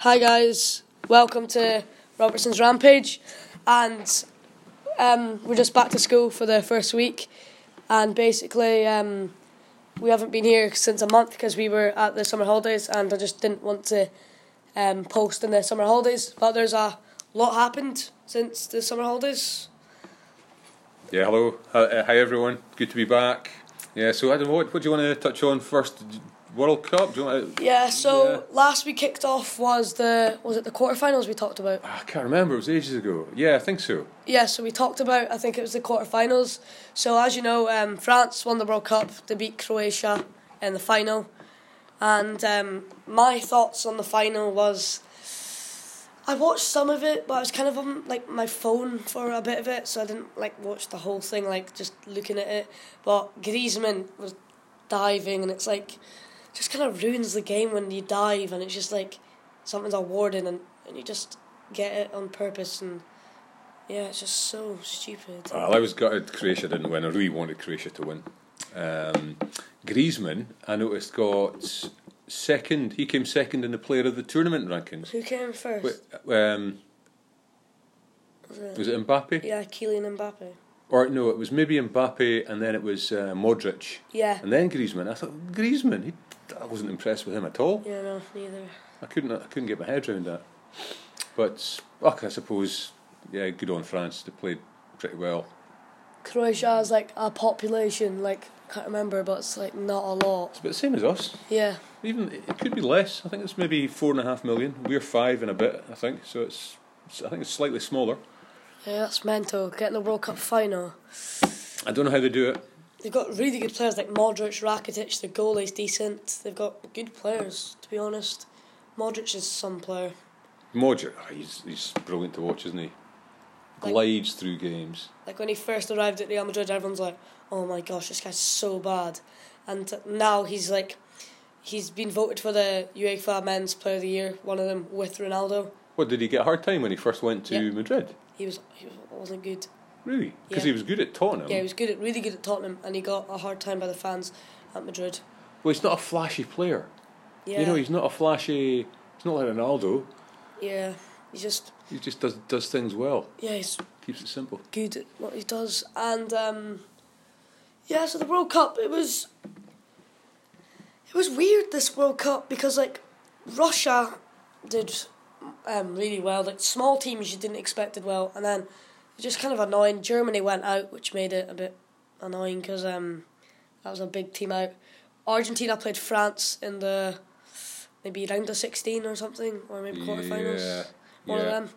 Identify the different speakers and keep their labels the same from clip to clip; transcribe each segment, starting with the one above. Speaker 1: Hi guys, welcome to Robertson's Rampage, and um, we're just back to school for the first week, and basically um, we haven't been here since a month because we were at the summer holidays, and I just didn't want to um, post in the summer holidays. But there's a lot happened since the summer holidays.
Speaker 2: Yeah, hello. Hi, uh, hi, everyone. Good to be back. Yeah, so Adam, what, what do you want to touch on first? World Cup? Do you want to,
Speaker 1: Yeah, so
Speaker 2: Yeah.
Speaker 1: last we kicked off was the was it the quarterfinals we talked about?
Speaker 2: I can't remember, it was ages ago. Yeah, I think so.
Speaker 1: Yeah, so we talked about, I think it was the quarterfinals. So, as you know, um, France won the World Cup. They beat Croatia in the final. And um, my thoughts on the final was I watched some of it, but I was kind of on like my phone for a bit of it, so I didn't like watch the whole thing, like just looking at it. But Griezmann was diving, and it's like just kind of ruins the game when you dive, and it's just like something's awarded, and, and you just get it on purpose and. Yeah, it's just so stupid.
Speaker 2: Well, I was gutted Croatia didn't win. I really wanted Croatia to win. Um, Griezmann, I noticed, got second. He came second in the player of the tournament rankings.
Speaker 1: Who came first?
Speaker 2: Wait, um,
Speaker 1: Was it-
Speaker 2: was it Mbappe?
Speaker 1: Yeah, Kylian Mbappe.
Speaker 2: Or no, it was maybe Mbappe and then it was uh, Modric.
Speaker 1: Yeah.
Speaker 2: And then Griezmann. I thought, Griezmann? He, I wasn't impressed with him at all.
Speaker 1: Yeah, no, neither.
Speaker 2: I couldn't I couldn't get my head around that. But look, I suppose yeah, good on France. They played pretty well.
Speaker 1: Croatia has like a population, like can't remember, but it's like not a lot.
Speaker 2: It's about the same as us.
Speaker 1: Yeah,
Speaker 2: Even it could be less. I think it's maybe four and a half million. We're five and a bit. I think so. It's it's- I think it's slightly smaller.
Speaker 1: yeah, that's mental. Getting the World Cup final.
Speaker 2: I don't know how they do it.
Speaker 1: They've got really good players like Modric, Rakitic. Their goalie's decent. They've got good players, to be honest. Modric is some player.
Speaker 2: Modric, ah, he's he's brilliant to watch, isn't he?
Speaker 1: Like-
Speaker 2: Glides through games.
Speaker 1: Like when he first arrived at Real Madrid, everyone's like, "Oh my gosh, this guy's so bad," and now he's like, he's been voted for the UEFA Men's Player of the Year, one of them with Ronaldo.
Speaker 2: What did he get a hard time when he first went to
Speaker 1: Yeah.
Speaker 2: Madrid?
Speaker 1: He was he wasn't good.
Speaker 2: Really? Because
Speaker 1: Yeah.
Speaker 2: he was good at Tottenham.
Speaker 1: Yeah, he was good at really good at Tottenham, and he got a hard time by the fans at Madrid.
Speaker 2: Well, he's not a flashy player.
Speaker 1: Yeah,
Speaker 2: You know, he's not a flashy. He's not like Ronaldo.
Speaker 1: yeah, he just
Speaker 2: He just does does things well.
Speaker 1: yeah, he's
Speaker 2: Keeps it simple.
Speaker 1: good at what he does, and um, yeah. So the World Cup, it was it was weird this World Cup because like Russia did um, really well, like small teams you didn't expect did well, and then it just kind of annoying. Germany went out, which made it a bit annoying because um, that was a big team out. Argentina played France in the maybe round of sixteen or something, or maybe quarterfinals
Speaker 2: Yeah,
Speaker 1: one
Speaker 2: yeah.
Speaker 1: of them.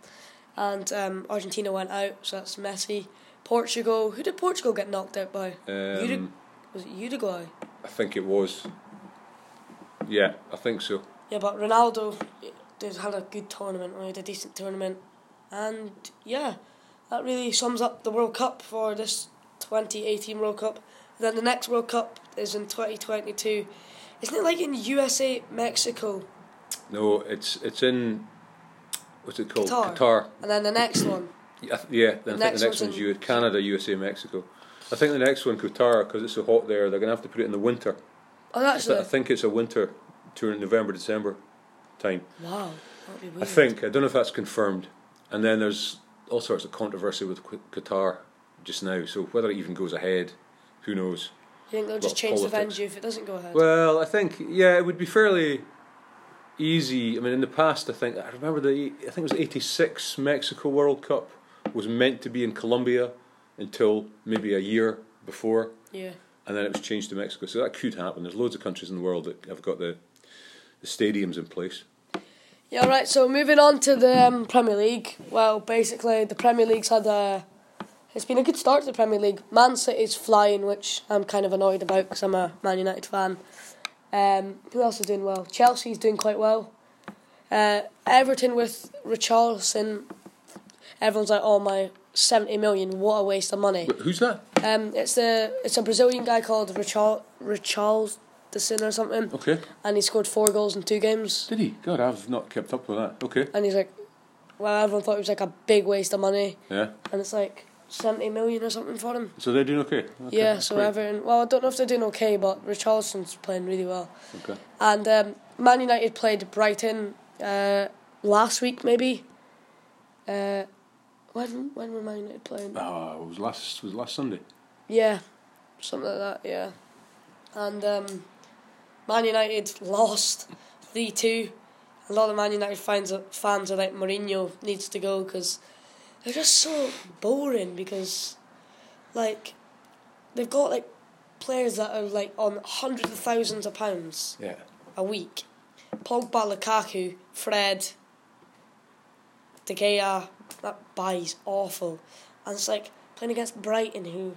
Speaker 1: And um, Argentina went out, so that's messy. Portugal, who did Portugal get knocked out by? Urugu-
Speaker 2: Um,
Speaker 1: was it Uruguay?
Speaker 2: I think it was. Yeah, I think so.
Speaker 1: Yeah, but Ronaldo did had a good tournament, or had a decent tournament, and yeah, that really sums up the World Cup for this twenty eighteen World Cup. then the next World Cup is in twenty twenty two. Isn't it like in USA, Mexico,
Speaker 2: No, it's it's in. What's it called?
Speaker 1: Qatar.
Speaker 2: Qatar.
Speaker 1: and then the next one?
Speaker 2: Yeah, I th- yeah. Then I think
Speaker 1: Next
Speaker 2: the
Speaker 1: one's
Speaker 2: next one's
Speaker 1: in-
Speaker 2: U- Canada, USA, Mexico. I think the next one Qatar because it's so hot there. They're gonna have to put it in the winter.
Speaker 1: Oh,
Speaker 2: I
Speaker 1: that's
Speaker 2: th- I
Speaker 1: the
Speaker 2: think it's a winter tour in November, December time.
Speaker 1: wow. That'd be weird.
Speaker 2: I think I don't know if that's confirmed. And then there's all sorts of controversy with Qu- Qatar just now. So whether it even goes ahead, who knows?
Speaker 1: You think they'll just
Speaker 2: Well,
Speaker 1: change the
Speaker 2: politics.
Speaker 1: venue if it doesn't go ahead?
Speaker 2: Well, I think yeah, it would be fairly easy. I mean, in the past, I think I remember the I think it was '86 Mexico World Cup was meant to be in Colombia until maybe a year before,
Speaker 1: yeah.
Speaker 2: and then it was changed to Mexico. So that could happen. There's loads of countries in the world that have got the the stadiums in place.
Speaker 1: Yeah, right. So moving on to the um, Premier League. Well, basically, the Premier League's had a. It's been a good start to the Premier League. Man City's flying, which I'm kind of annoyed about because I'm a Man United fan. Um, who else is doing well? Chelsea's doing quite well. Uh, Everton with Richarlison. Everyone's like, "Oh my, seventy million! What a waste of money."
Speaker 2: But who's that?
Speaker 1: Um, it's the it's a Brazilian guy called Richard Richarlison or something,
Speaker 2: Okay,
Speaker 1: and he scored four goals in two games.
Speaker 2: did he? God, I've not kept up with that. Okay,
Speaker 1: And he's like, well, everyone thought it was like a big waste of money.
Speaker 2: yeah.
Speaker 1: And it's like 70 million or something for him.
Speaker 2: So they're doing okay. okay.
Speaker 1: yeah, so
Speaker 2: great.
Speaker 1: Everton, well, I don't know if they're doing okay, but Richardson's playing really well.
Speaker 2: Okay.
Speaker 1: And um, Man United played Brighton. Uh, last week maybe. Uh, when when were Man United playing?
Speaker 2: Ah, it was last was last Sunday.
Speaker 1: Yeah, something like that. Yeah, and um, Man United lost three two. A lot of Man United fans are, fans are like Mourinho needs to go because they're just so boring because like they've got like players that are like on hundreds of thousands of pounds
Speaker 2: Yeah.
Speaker 1: a week. Pogba, Lukaku, Fred, De Gea, that buy's awful. And it's like playing against Brighton, who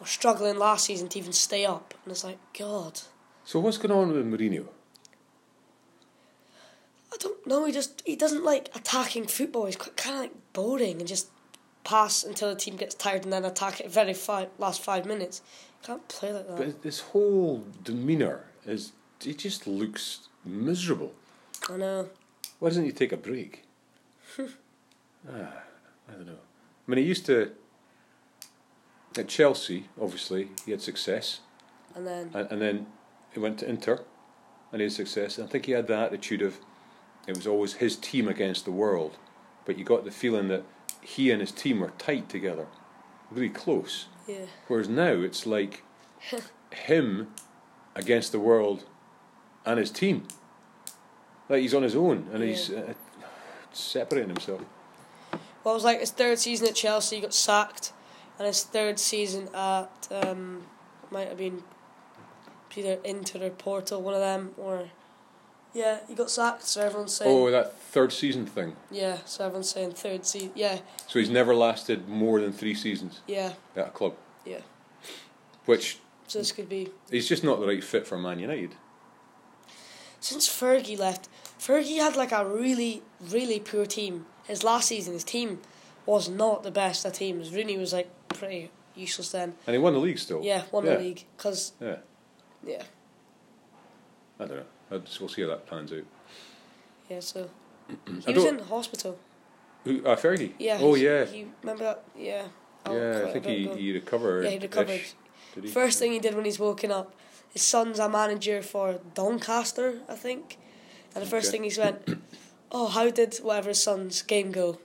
Speaker 1: were struggling last season to even stay up. And it's like, God,
Speaker 2: So what's going on with Mourinho?
Speaker 1: I don't know. He just he doesn't like attacking football. He's quite, kind of like boring and just pass until the team gets tired and then attack it very fi- last five minutes. Can't play like that.
Speaker 2: But his whole demeanour is he just looks miserable.
Speaker 1: I know.
Speaker 2: Why doesn't he take a break? ah, I don't know. I mean, he used to. At Chelsea, obviously, he had success,
Speaker 1: And then
Speaker 2: and, and then he went to Inter, and he had success. And I think he had the attitude of it was always his team against the world, but you got the feeling that he and his team were tight together, really close.
Speaker 1: yeah,
Speaker 2: Whereas now it's like him against the world and his team. Like he's on his own and he's uh, separating himself.
Speaker 1: well, it was like his third season at Chelsea. He got sacked, and his third season at um, might have been either Inter or Porto, one of them, or yeah, he got sacked. So everyone's saying
Speaker 2: Oh, that third season thing.
Speaker 1: yeah. So everyone's saying third season. Yeah,
Speaker 2: So he's never lasted more than three seasons
Speaker 1: yeah,
Speaker 2: at a club,
Speaker 1: yeah.
Speaker 2: which
Speaker 1: So
Speaker 2: Mm.
Speaker 1: this could be
Speaker 2: he's just not the right fit for Man United.
Speaker 1: since Fergie left, Fergie had like a really, really poor team. His last season, his team was not the best of teams. Rooney was like pretty useless then.
Speaker 2: And he won the league still.
Speaker 1: Yeah, won
Speaker 2: Oh. Yeah.
Speaker 1: the league. Because,
Speaker 2: Yeah,
Speaker 1: yeah,
Speaker 2: I don't know. I just, we'll see how that plans out.
Speaker 1: yeah, so.
Speaker 2: Mm. I
Speaker 1: He was
Speaker 2: don't-
Speaker 1: in hospital.
Speaker 2: Who, uh, Fergie?
Speaker 1: Yeah.
Speaker 2: Oh,
Speaker 1: he-
Speaker 2: yeah.
Speaker 1: He, remember that? Yeah. Oh,
Speaker 2: yeah,
Speaker 1: quite
Speaker 2: I
Speaker 1: a
Speaker 2: think
Speaker 1: bit
Speaker 2: he,
Speaker 1: ago.
Speaker 2: he recovered.
Speaker 1: Yeah, he recovered.
Speaker 2: Did he?
Speaker 1: First thing he did when he's woken up, his son's a manager for Doncaster, I think. And the first
Speaker 2: Okay.
Speaker 1: thing he's went, oh, how did whatever his son's game go?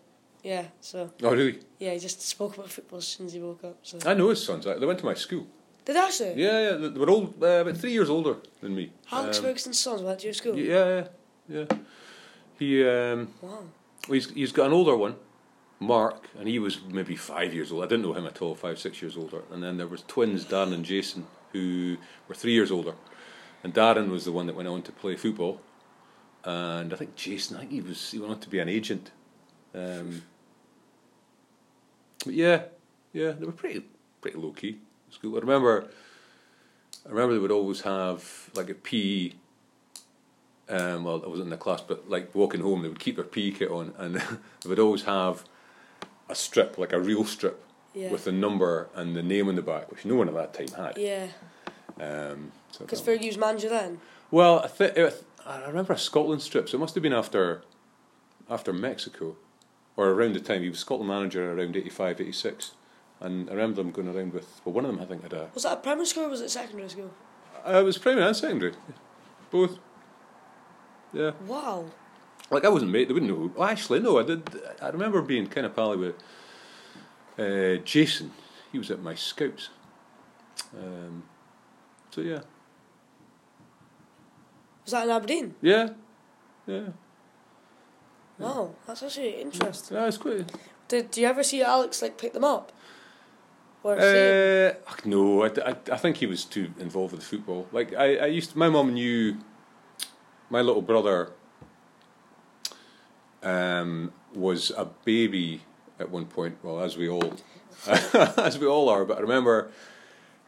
Speaker 1: Yeah, so.
Speaker 2: Oh, really?
Speaker 1: Yeah, he just spoke about football as soon as he woke up. So.
Speaker 2: I know his sons. They went to my school.
Speaker 1: Did actually?
Speaker 2: Yeah, yeah, they were old, uh, about three years older than me.
Speaker 1: Alex
Speaker 2: Um,
Speaker 1: Ferguson's son went to your school.
Speaker 2: Yeah, yeah, yeah. He, um,
Speaker 1: Wow.
Speaker 2: well, he's he's got an older one, Mark, and he was maybe five years old. I didn't know him at all, five, six years older. And then there was twins, Darren and Jason, who were three years older. And Darren was the one that went on to play football, and I think Jason, I think he was he went on to be an agent. Um, but yeah, yeah, they were pretty pretty low key at school. I remember, I remember they would always have like a PE. Um, well, I wasn't in the class, but like walking home, they would keep their PE kit on, and they would always have a strip, like a real strip,
Speaker 1: Yeah.
Speaker 2: with the number and the name on the back, which no one at that time had.
Speaker 1: Yeah.
Speaker 2: Um, so
Speaker 1: Because
Speaker 2: that-
Speaker 1: Fergie was manager then.
Speaker 2: well, I, th- it, I remember a Scotland strip, so it must have been after after Mexico, or around the time he was Scotland manager around 85, 86. And I remember them going around with, well, one of them I think had a.
Speaker 1: Was that at primary school or was it secondary school?
Speaker 2: Uh, it was primary and secondary, both. Yeah.
Speaker 1: Wow.
Speaker 2: Like I wasn't mate, they wouldn't know. Who, well, actually, no, I did. I remember being kind of pally with uh, Jason. He was at my scouts. Um, so yeah,
Speaker 1: Was that in Aberdeen?
Speaker 2: yeah, yeah.
Speaker 1: Wow. That's actually interesting.
Speaker 2: yeah it's quite.
Speaker 1: Did do you ever see Alex like pick them up? Or see him?
Speaker 2: Uh, ach, no, I, I, I think he was too involved with football. Like I, I used my mum knew my little brother um, was a baby at one point. Well, as we all as we all are, but I remember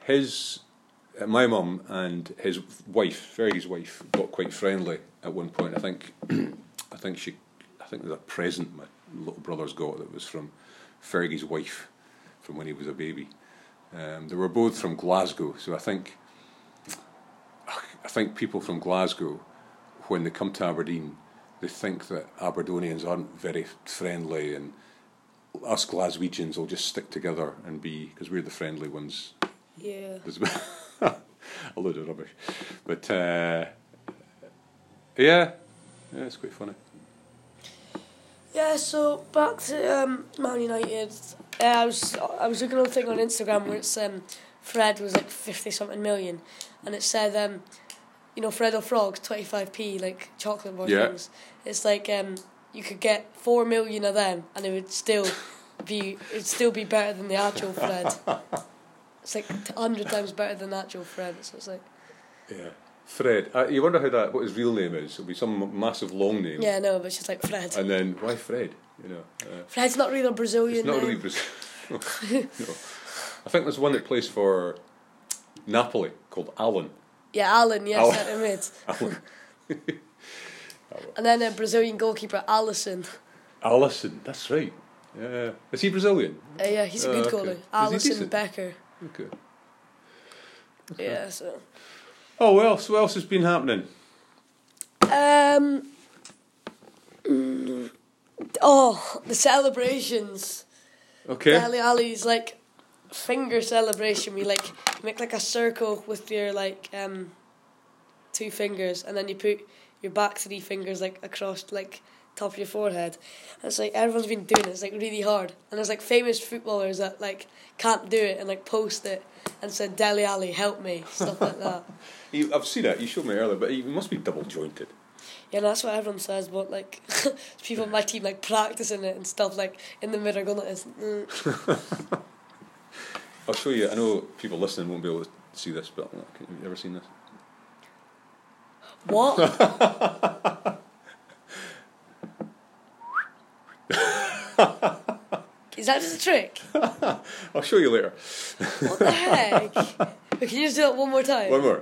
Speaker 2: his uh, my mum and his wife, Fergie's wife, got quite friendly at one point. I think I think she I think there's a present my little brother's got that was from Fergie's wife from when he was a baby. Um, they were both from Glasgow, so I think I think people from Glasgow, when they come to Aberdeen, they think that Aberdonians aren't very friendly, and us Glaswegians will just stick together and be because we're the friendly ones.
Speaker 1: Yeah.
Speaker 2: There's a load of rubbish, but uh, yeah, yeah, it's quite funny.
Speaker 1: Yeah, so back to um, Man United. Uh, I was I was looking at a thing on Instagram where it's um, Fred was like fifty something million, and it said um, you know Fred or Frog twenty five p like chocolate bar
Speaker 2: Yeah.
Speaker 1: things. It's like um, you could get four million of them, and it would still be it'd still be better than the actual Fred. it's like hundred times better than the actual Fred. So it's like
Speaker 2: Yeah. Fred. Uh, you wonder how that what his real name is. It'll be some massive long name.
Speaker 1: yeah, no, but it's just like Fred.
Speaker 2: And then why Fred? You know. Uh,
Speaker 1: Fred's not really a Brazilian.
Speaker 2: it's not
Speaker 1: name.
Speaker 2: really Brazil. no. I think there's one that plays for Napoli called Alan.
Speaker 1: Yeah, Alan, yes,
Speaker 2: Al-
Speaker 1: centre mid. and then a Brazilian goalkeeper, Allison.
Speaker 2: Allison. That's right. Yeah. Is he Brazilian?
Speaker 1: Uh, yeah, he's a
Speaker 2: Oh,
Speaker 1: good
Speaker 2: okay. Is
Speaker 1: goalie.
Speaker 2: he
Speaker 1: Allison
Speaker 2: decent?
Speaker 1: Becker.
Speaker 2: Okay.
Speaker 1: Yeah, so.
Speaker 2: Oh, well, so what else has been happening?
Speaker 1: Um, mm, oh, the celebrations.
Speaker 2: Okay.
Speaker 1: Ali Ali's like finger celebration. We like make like a circle with your like um two fingers, and then you put your back three fingers like across like top of your forehead. And it's like everyone's been doing it. It's like really hard, and there's like famous footballers that like can't do it and like post it and said Deli Ali help me stuff like that.
Speaker 2: He, I've seen it. You showed me earlier, but he must be double jointed.
Speaker 1: Yeah, and that's what everyone says. But like people on my team like practicing it and stuff like in the mirror going like this. Mm.
Speaker 2: I'll show you. I know people listening won't be able to see this, but look, have you ever seen this?
Speaker 1: What? Is that just a trick?
Speaker 2: I'll show you later.
Speaker 1: What the heck? Wait, Can you just do that one more time?
Speaker 2: One more.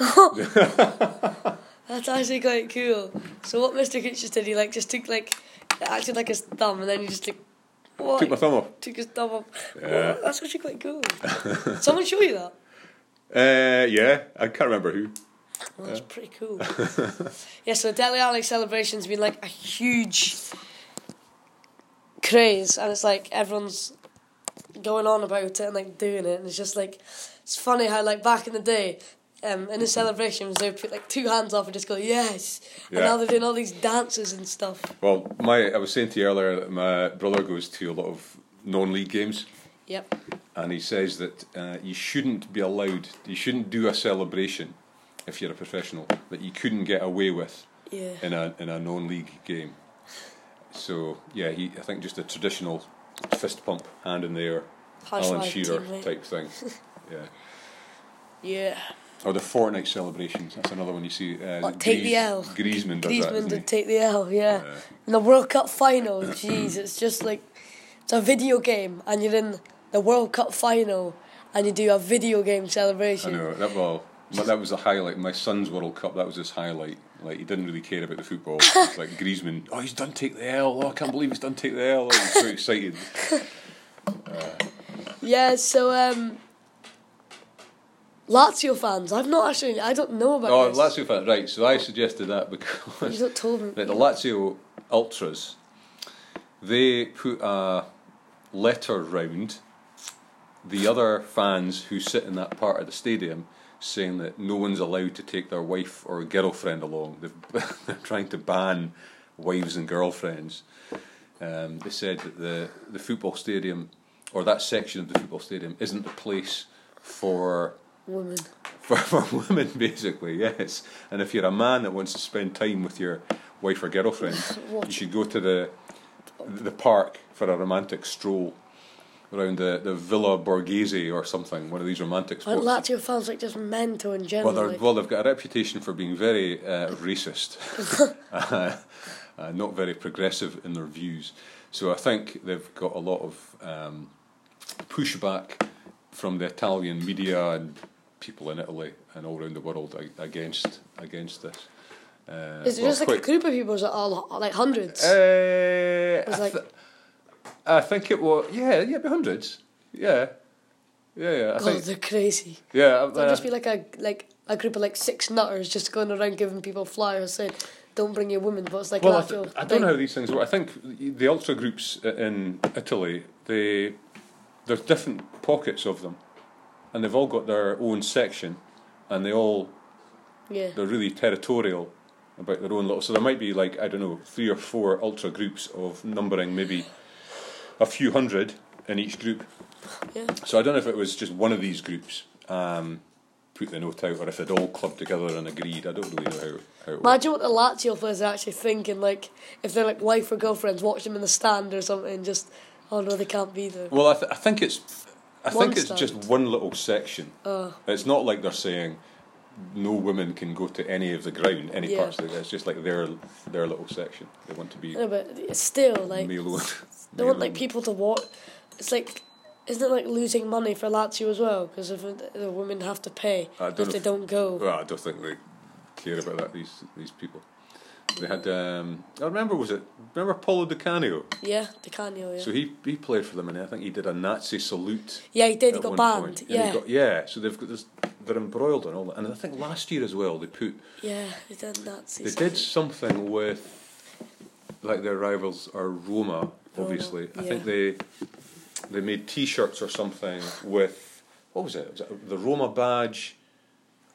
Speaker 2: Okay.
Speaker 1: That's actually quite cool. So what Mr. Kitchens did, he like just took like acted like his thumb and then he just like what?
Speaker 2: Took my thumb off.
Speaker 1: Took his thumb off.
Speaker 2: Yeah.
Speaker 1: What? That's actually quite cool. Someone show you that?
Speaker 2: Uh, yeah, I can't remember who.
Speaker 1: Well, that's pretty cool. yeah, so Deli Ali celebration's been like a huge craze, and it's like everyone's going on about it and like doing it, and it's just like it's funny how like back in the day. Um, in the celebrations, they would put like two hands up and just go yes, and
Speaker 2: Yeah.
Speaker 1: now they're doing all these dances and stuff.
Speaker 2: Well, my I was saying to you earlier that my brother goes to a lot of non-league games,
Speaker 1: Yep.
Speaker 2: and he says that uh, you shouldn't be allowed, you shouldn't do a celebration if you're a professional that you couldn't get away with
Speaker 1: Yeah.
Speaker 2: in a in a non-league game. So yeah, he I think just a traditional fist pump, hand in the air,
Speaker 1: High
Speaker 2: Alan
Speaker 1: five,
Speaker 2: Shearer
Speaker 1: teammate.
Speaker 2: type thing. yeah.
Speaker 1: Yeah.
Speaker 2: Or the fortnight celebrations. That's another one you see. Uh,
Speaker 1: Like, take the L.
Speaker 2: Griezmann does that.
Speaker 1: Griezmann
Speaker 2: doesn't he?
Speaker 1: did take the L. Yeah.
Speaker 2: Yeah.
Speaker 1: In the World Cup final, jeez, it's just like it's a video game, and you're in the World Cup final, and you do a video game
Speaker 2: I
Speaker 1: celebration.
Speaker 2: know that well. But that was the highlight. My son's World Cup. That was his highlight. Like he didn't really care about the football. It's like Griezmann. Oh, he's done take the L. Oh, I can't believe he's done take the L. Oh, he's so excited.
Speaker 1: Yeah. So um, Lazio fans, I've not actually, I don't know about
Speaker 2: Oh,
Speaker 1: this.
Speaker 2: Lazio fan. Right. So I suggested that
Speaker 1: You
Speaker 2: because
Speaker 1: don't told me.
Speaker 2: like, the Lazio ultras, they put a letter round the other fans who sit in that part of the stadium. Saying that no one's allowed to take their wife or girlfriend along. They've- They're trying to ban wives and girlfriends. um, they said that the, the football stadium or that section of the football stadium isn't the place for
Speaker 1: Woman.
Speaker 2: for, for women basically yes and if you're a man that wants to spend time with your wife or girlfriend you should go to the the park for a romantic stroll around the, the Villa Borghese or something one of these romantic
Speaker 1: Aren't
Speaker 2: spots
Speaker 1: Lazio fans like just mental in general?
Speaker 2: well, they're,
Speaker 1: like-
Speaker 2: well, they've got a reputation for being very uh, racist, uh, not very progressive in their views. So I think they've got a lot of um, pushback from the Italian media and people in Italy and all around the world a- against against this. Uh,
Speaker 1: Is it
Speaker 2: well,
Speaker 1: just like
Speaker 2: quite-
Speaker 1: a group of people? Is it all like hundreds?
Speaker 2: uh,
Speaker 1: was
Speaker 2: I,
Speaker 1: like-
Speaker 2: th- I think it was yeah yeah it'd be hundreds yeah yeah yeah I
Speaker 1: God,
Speaker 2: think
Speaker 1: they're crazy.
Speaker 2: yeah
Speaker 1: There'd
Speaker 2: uh,
Speaker 1: just be like a like a group of like six nutters just going around giving people flyers saying, "Don't bring your woman." But it's like
Speaker 2: Well, I,
Speaker 1: that
Speaker 2: th-
Speaker 1: feel
Speaker 2: I don't know how
Speaker 1: big.
Speaker 2: these things work. I think the ultra groups i- in Italy, they there's different pockets of them, and they've all got their own section, and they all
Speaker 1: Yeah,
Speaker 2: they're really territorial about their own little. So there might be like I don't know three or four ultra groups of numbering maybe a few hundred in each group.
Speaker 1: Yeah.
Speaker 2: So I don't know if it was just one of these groups um, put the note out, or if they'd all clubbed together and agreed. I don't really know how how it worked.
Speaker 1: Imagine what the Lazio players are actually thinking, like, if they're like wife or girlfriends, watch them in the stand or something, just, oh no, they can't be there.
Speaker 2: Well, I, th- I think it's I
Speaker 1: One
Speaker 2: think it's
Speaker 1: stand.
Speaker 2: just one little section.
Speaker 1: Oh,
Speaker 2: It's not like they're saying no women can go to any of the ground, any
Speaker 1: Yeah.
Speaker 2: parts of the. It's just like their their little section. They want to be
Speaker 1: no, but it's still, like,
Speaker 2: male owned.
Speaker 1: they want, like, people to watch. It's like, isn't it like losing money for Lazio as well? Because if the women have to pay
Speaker 2: I
Speaker 1: if
Speaker 2: don't
Speaker 1: they
Speaker 2: know.
Speaker 1: don't go.
Speaker 2: Well, I don't think they care about that. These these people. They had. Um, I remember. Was it remember Paulo Di Canio?
Speaker 1: Yeah, Di Canio, yeah.
Speaker 2: So he he played for them, and I think he did a Nazi salute.
Speaker 1: yeah, he did, he
Speaker 2: at
Speaker 1: got
Speaker 2: one
Speaker 1: banned.
Speaker 2: point. And he
Speaker 1: Yeah,
Speaker 2: got- yeah. So they've got this. They're embroiled in all that, and I think last year as well they put
Speaker 1: yeah, he did Nazi
Speaker 2: They
Speaker 1: stuff.
Speaker 2: did something with, like their rivals are Roma, obviously. I think they they made T-shirts or something with what was it? Was it the Roma badge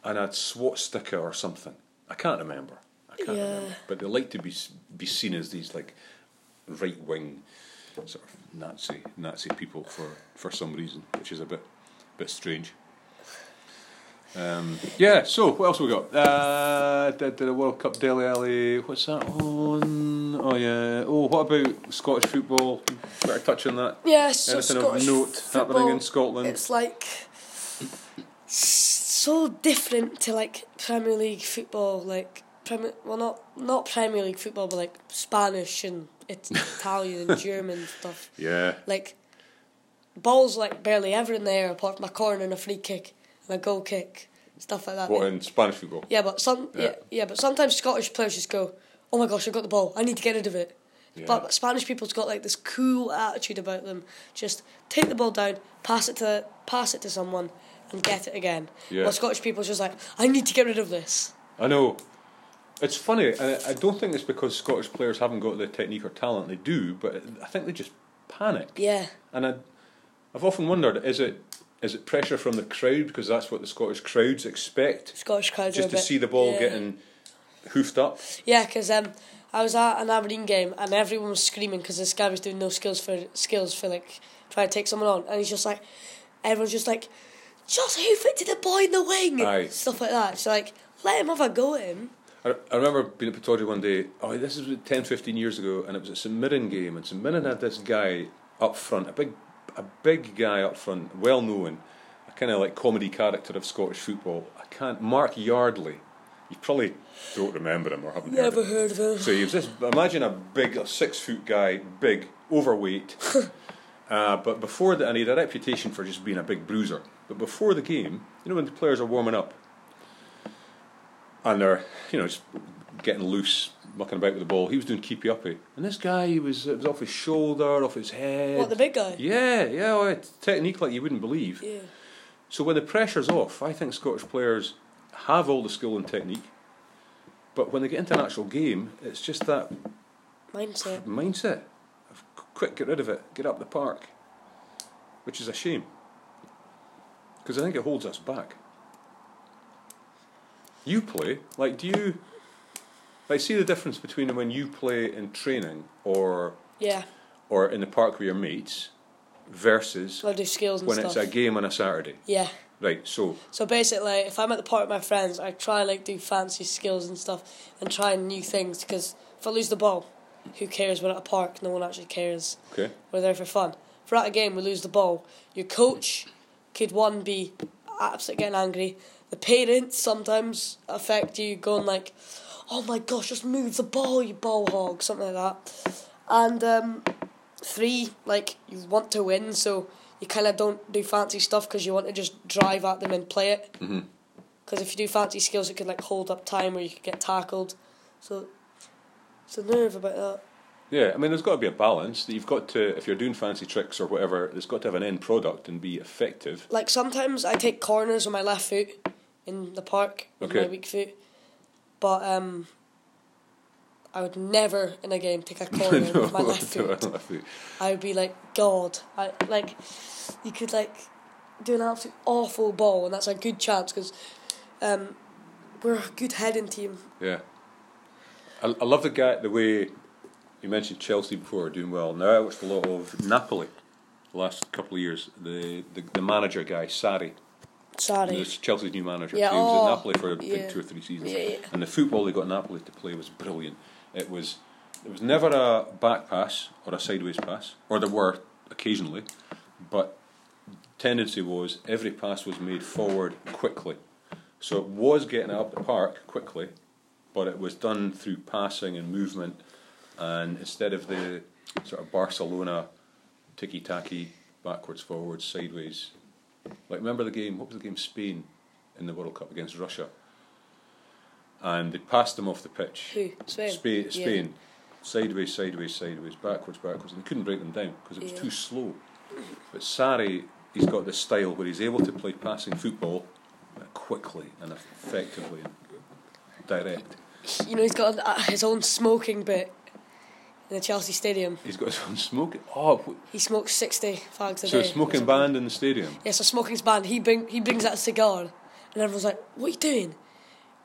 Speaker 2: and a swastika or something? I can't remember. I can't
Speaker 1: Yeah.
Speaker 2: remember. But they like to be s- be seen as these like right wing sort of Nazi Nazi people for for some reason, which is a bit bit strange. Um, yeah, so what else we got? Uh, did the World Cup Deli Alley. What's that on? Oh, yeah. Oh, what about Scottish football? Better touch on that.
Speaker 1: Yeah, so
Speaker 2: Anything of
Speaker 1: Scottish
Speaker 2: note
Speaker 1: football,
Speaker 2: happening in Scotland?
Speaker 1: It's like s- so different to like Premier League football, like Premier well not not Premier League football, but like Spanish and it- Italian and German stuff.
Speaker 2: Yeah.
Speaker 1: Like balls like barely ever in the air apart from a corner and a free kick and a goal kick, stuff like that.
Speaker 2: What in Spanish football?
Speaker 1: Yeah, but some yeah.
Speaker 2: Yeah.
Speaker 1: yeah, but sometimes Scottish players just go, "Oh my gosh, I've got the ball. I need to get rid of it."
Speaker 2: Yeah.
Speaker 1: But Spanish people's got like this cool attitude about them. Just take the ball down, pass it to pass it to someone, and get it again.
Speaker 2: Yeah.
Speaker 1: While Scottish people's just like, "I need to get rid of this."
Speaker 2: I know. It's funny. I, I don't think it's because Scottish players haven't got the technique or talent. They do, but I think they just panic.
Speaker 1: Yeah,
Speaker 2: And I, I've often wondered: is it is it pressure from the crowd because that's what the Scottish crowds expect,
Speaker 1: Scottish crowds are
Speaker 2: just
Speaker 1: a
Speaker 2: to
Speaker 1: bit-
Speaker 2: see the ball
Speaker 1: yeah.
Speaker 2: getting hoofed up?
Speaker 1: Yeah, because um, I was at an Aberdeen game and everyone was screaming because this guy was doing no skills for skills for like trying to take someone on, and he's just like, everyone's just like, just hoof it to the boy in the wing,
Speaker 2: Aye.
Speaker 1: stuff like that. So like, let him have a go at him.
Speaker 2: I, I remember being at Pataudry one day, oh, this is 10, 15 years ago, and it was a St Mirren game, and St Mirren had this guy up front, a big, a big guy up front, well known, a kind of like comedy character of Scottish football. I can't, Mark Yardley. You probably don't remember him or haven't heard of
Speaker 1: Never
Speaker 2: him.
Speaker 1: heard of him.
Speaker 2: So he was this. Imagine a big, a six foot guy, big, overweight. uh, but before that, and he had a reputation for just being a big bruiser. But before the game, you know, when the players are warming up and they're, you know, just getting loose, mucking about with the ball, he was doing keepy uppy. And this guy, he was, it was off his shoulder, off his head.
Speaker 1: What the big guy?
Speaker 2: Yeah, yeah, oh, it's technique like you wouldn't believe.
Speaker 1: Yeah.
Speaker 2: So when the pressure's off, I think Scottish players have all the skill and technique. But when they get into an actual game, it's just that
Speaker 1: mindset.
Speaker 2: mindset of qu- quick, get rid of it, get up the park, which is a shame because I think it holds us back. You play like do you like see the difference between when you play in training or
Speaker 1: Yeah,
Speaker 2: or in the park with your mates versus
Speaker 1: I'll do skills and
Speaker 2: when
Speaker 1: stuff.
Speaker 2: it's a game on a Saturday,
Speaker 1: yeah.
Speaker 2: right? So
Speaker 1: So basically, if I'm at the park with my friends, I try like do fancy skills and stuff, and try new things. Because if I lose the ball, who cares? We're at a park. No one actually cares.
Speaker 2: okay,
Speaker 1: We're there for fun. If we're at a game, we lose the ball. Your coach could one be absolutely getting angry. The parents sometimes affect you, going like, "Oh my gosh, just move the ball, you ball hog," something like that. And um, three, like you want to win, so you kind of don't do fancy stuff because you want to just drive at them and play it. Because if you do fancy skills, it could like hold up time or you could get tackled. So, it's a nerve about that.
Speaker 2: Yeah, I mean, there's got to be a balance. That you've got to, if you're doing fancy tricks or whatever, there's got to have an end product and be effective.
Speaker 1: Like sometimes I take corners with my left foot in the park with
Speaker 2: Okay.
Speaker 1: my weak foot, but um, I would never in a game take a corner with my left foot.
Speaker 2: left foot.
Speaker 1: I would be like God. I like you could like do an absolute awful ball, and that's a good chance because um, we're a good heading team.
Speaker 2: Yeah. I, I love the guy the way you mentioned Chelsea before are doing well. Now I watched a lot of Napoli the last couple of years. The the, the manager guy Sari,
Speaker 1: Sorry.
Speaker 2: There's Chelsea's new manager.
Speaker 1: Yeah,
Speaker 2: he was
Speaker 1: oh,
Speaker 2: at Napoli for I think,
Speaker 1: yeah.
Speaker 2: two or three seasons.
Speaker 1: Yeah, yeah.
Speaker 2: And the football they got Napoli to play was brilliant. It was there was never a back pass or a sideways pass, or there were occasionally, but tendency was every pass was made forward quickly. So it was getting it up the park quickly, but it was done through passing and movement, and instead of the sort of Barcelona ticky tacky backwards forwards sideways like, remember the game? What was the game? Spain in the World Cup against Russia, and they passed them off the pitch.
Speaker 1: Who? Spain?
Speaker 2: Spain.
Speaker 1: Yeah.
Speaker 2: Spain. Sideways, sideways, sideways, backwards, backwards, and they couldn't break them down because it was
Speaker 1: Yeah.
Speaker 2: too slow. But Sari, he's got this style where he's able to play passing football uh, quickly and effectively and direct.
Speaker 1: You know, he's got uh, his own smoking bit in the Chelsea Stadium.
Speaker 2: He's got his own smoking. Oh, wh-
Speaker 1: He smokes 60 fags a
Speaker 2: so
Speaker 1: day.
Speaker 2: a smoking band in the stadium.
Speaker 1: Yeah, so smoking's banned. He bring he brings out a cigar, and everyone's like, "What are you doing?"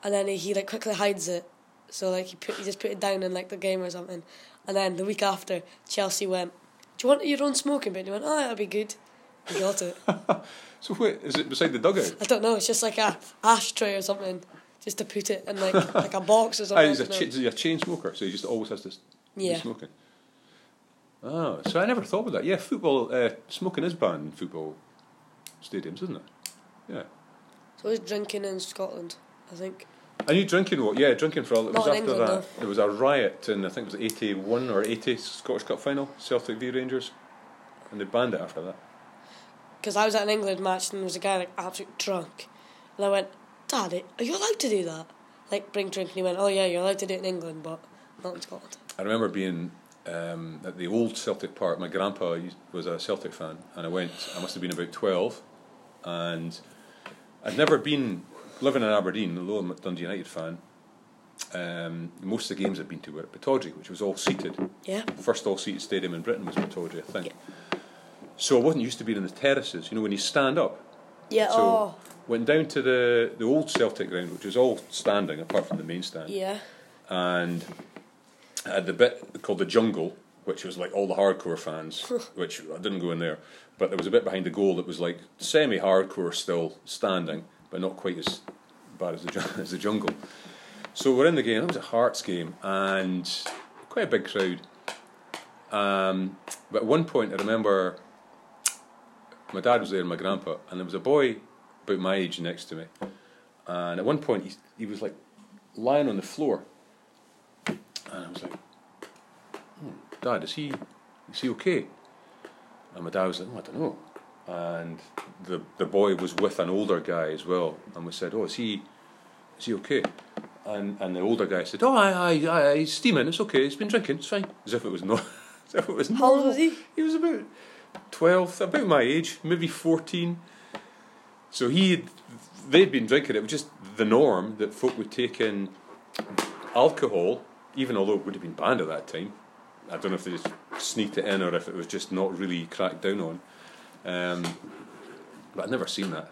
Speaker 1: And then he, he like quickly hides it. So like he put he just put it down in like the game or something. And then the week after, Chelsea went, "Do you want your own smoking bit?" And he went, "Oh, that'll be good." He got it.
Speaker 2: So wait, is it beside the dugout?
Speaker 1: I don't know. It's just like a ashtray or something, just to put it in like like a box or
Speaker 2: Ah,
Speaker 1: something.
Speaker 2: he's
Speaker 1: I
Speaker 2: a,
Speaker 1: don't know.
Speaker 2: ch- he's a chain smoker, so he just always has to s-
Speaker 1: Yeah.
Speaker 2: be smoking. Oh, so I never thought about that. Yeah, football, uh, smoking is banned in football stadiums, isn't it? Yeah.
Speaker 1: so he's drinking in Scotland, I think.
Speaker 2: I knew drinking wa Yeah, drinking for all. It
Speaker 1: Not
Speaker 2: was
Speaker 1: in
Speaker 2: after
Speaker 1: England,
Speaker 2: that.
Speaker 1: though.
Speaker 2: There was a riot in, I think it was 81 or 80 Scottish Cup final, Celtic v Rangers, and they banned it after that.
Speaker 1: Because I was at an England match and there was a guy like absolute drunk, and I went, "Daddy, are you allowed to do that? Like bring drink?" And he went, "Oh yeah, you're allowed to do it in England, but not in Scotland."
Speaker 2: I remember being um, at the old Celtic Park. My grandpa used- was a Celtic fan, and I went. I must have been about twelve, and I'd never been living in Aberdeen. Although I'm a Dundee United fan, um, most of the games I'd been to were at Pataudry, which was all seated.
Speaker 1: Yeah,
Speaker 2: First all seated stadium in Britain was Pataudry, I think. So I wasn't used to being in the terraces. You know, when you stand up,
Speaker 1: yeah,
Speaker 2: so
Speaker 1: oh,
Speaker 2: went down to the the old Celtic ground, which was all standing apart from the main stand
Speaker 1: yeah,
Speaker 2: and I had the bit called the jungle, which was like all the hardcore fans, which I didn't go in there, but there was a bit behind the goal that was like semi-hardcore still standing, but not quite as bad as the jun- as the jungle. So we're in the game. It was a Hearts game, and quite a big crowd. Um, but at one point, I remember my dad was there and my grandpa, and there was a boy about my age next to me. And at one point, he, he was like lying on the floor, and I was like, "Hmm, Dad, is he is he okay? And my dad was like, oh, I don't know. And the the boy was with an older guy as well, and we said, Oh, is he is he okay? And and the older guy said, Oh, aye, aye, aye, aye, he's steaming. It's okay. He's been drinking. It's fine. As if it was not. As if it was
Speaker 1: How old was
Speaker 2: normal.
Speaker 1: he?
Speaker 2: He was about twelve, about my age, maybe fourteen. So he, they'd been drinking. It was just the norm that folk would take in alcohol, even although it would have been banned at that time. I don't know if they just sneaked it in or if it was just not really cracked down on. Um, but I'd never seen that.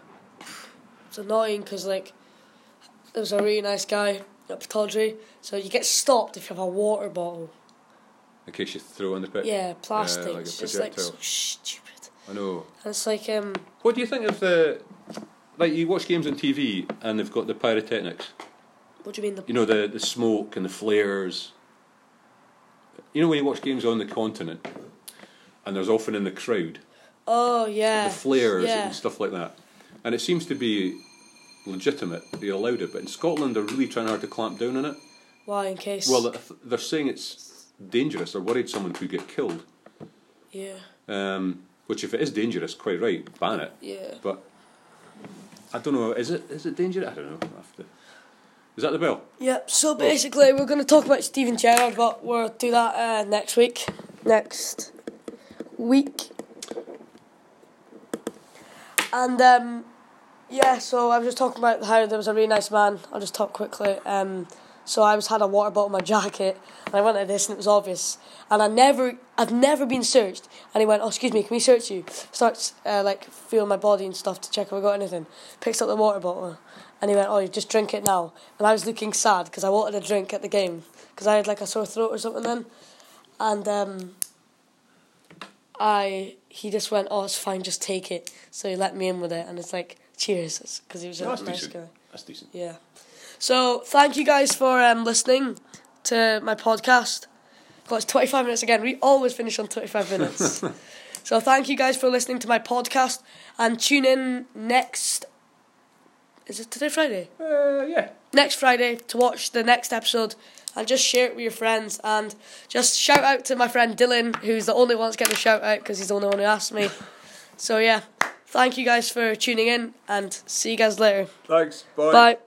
Speaker 1: it's annoying because like there was a really nice guy at Pataudry, so you get stopped if you have a water bottle.
Speaker 2: In case you throw in the pit.
Speaker 1: Yeah, plastic.
Speaker 2: like a
Speaker 1: it's just like so
Speaker 2: projectile.
Speaker 1: stupid.
Speaker 2: I know.
Speaker 1: And it's like um,
Speaker 2: What do you think of the like you watch games on TV and they've got the pyrotechnics?
Speaker 1: what do you mean the
Speaker 2: You know the the smoke and the flares. You know when you watch games on the continent, and there's often in the crowd
Speaker 1: oh yeah
Speaker 2: the flares
Speaker 1: yeah.
Speaker 2: and stuff like that, and it seems to be legitimate. They allowed it, but in Scotland they're really trying hard to clamp down on it.
Speaker 1: Why in case?
Speaker 2: Well, th- they're saying it's dangerous. They're worried someone could get killed.
Speaker 1: yeah,
Speaker 2: Um, which, if it is dangerous, quite right, ban it.
Speaker 1: yeah.
Speaker 2: But I don't know. Is it is it dangerous? I don't know. I have to- Is that the bell?
Speaker 1: Yeah, so basically, we're going to talk about Steven Gerrard, but we'll do that uh, next week. Next week. And, um, yeah, so I was just talking about how there was a really nice man. I'll just talk quickly. Um, so I was had a water bottle in my jacket, and I went like this, and it was obvious. And I never, I've never been searched. And he went, "Oh, excuse me, can we search you?" Starts uh, like feeling my body and stuff to check if I got anything. Picks up the water bottle, And he went, "Oh, you just drink it now." And I was looking sad because I wanted a drink at the game because I had like a sore throat or something then, and um, I he just went, "Oh, it's fine, just take it." So he let me in with it, and it's like, "Cheers," because he was a
Speaker 2: No, that's
Speaker 1: nice
Speaker 2: decent.
Speaker 1: guy.
Speaker 2: That's decent.
Speaker 1: Yeah. So thank you guys for um, listening to my podcast. God, it's 25 minutes again. We always finish on 25 minutes. so thank you guys for listening to my podcast and tune in next. Is it today, Friday?
Speaker 2: Uh, yeah.
Speaker 1: Next Friday to watch the next episode and just share it with your friends. And just shout out to my friend Dylan, who's the only one that's getting a shout out because he's the only one who asked me. So yeah, thank you guys for tuning in and see you guys later.
Speaker 2: Thanks.
Speaker 1: Bye.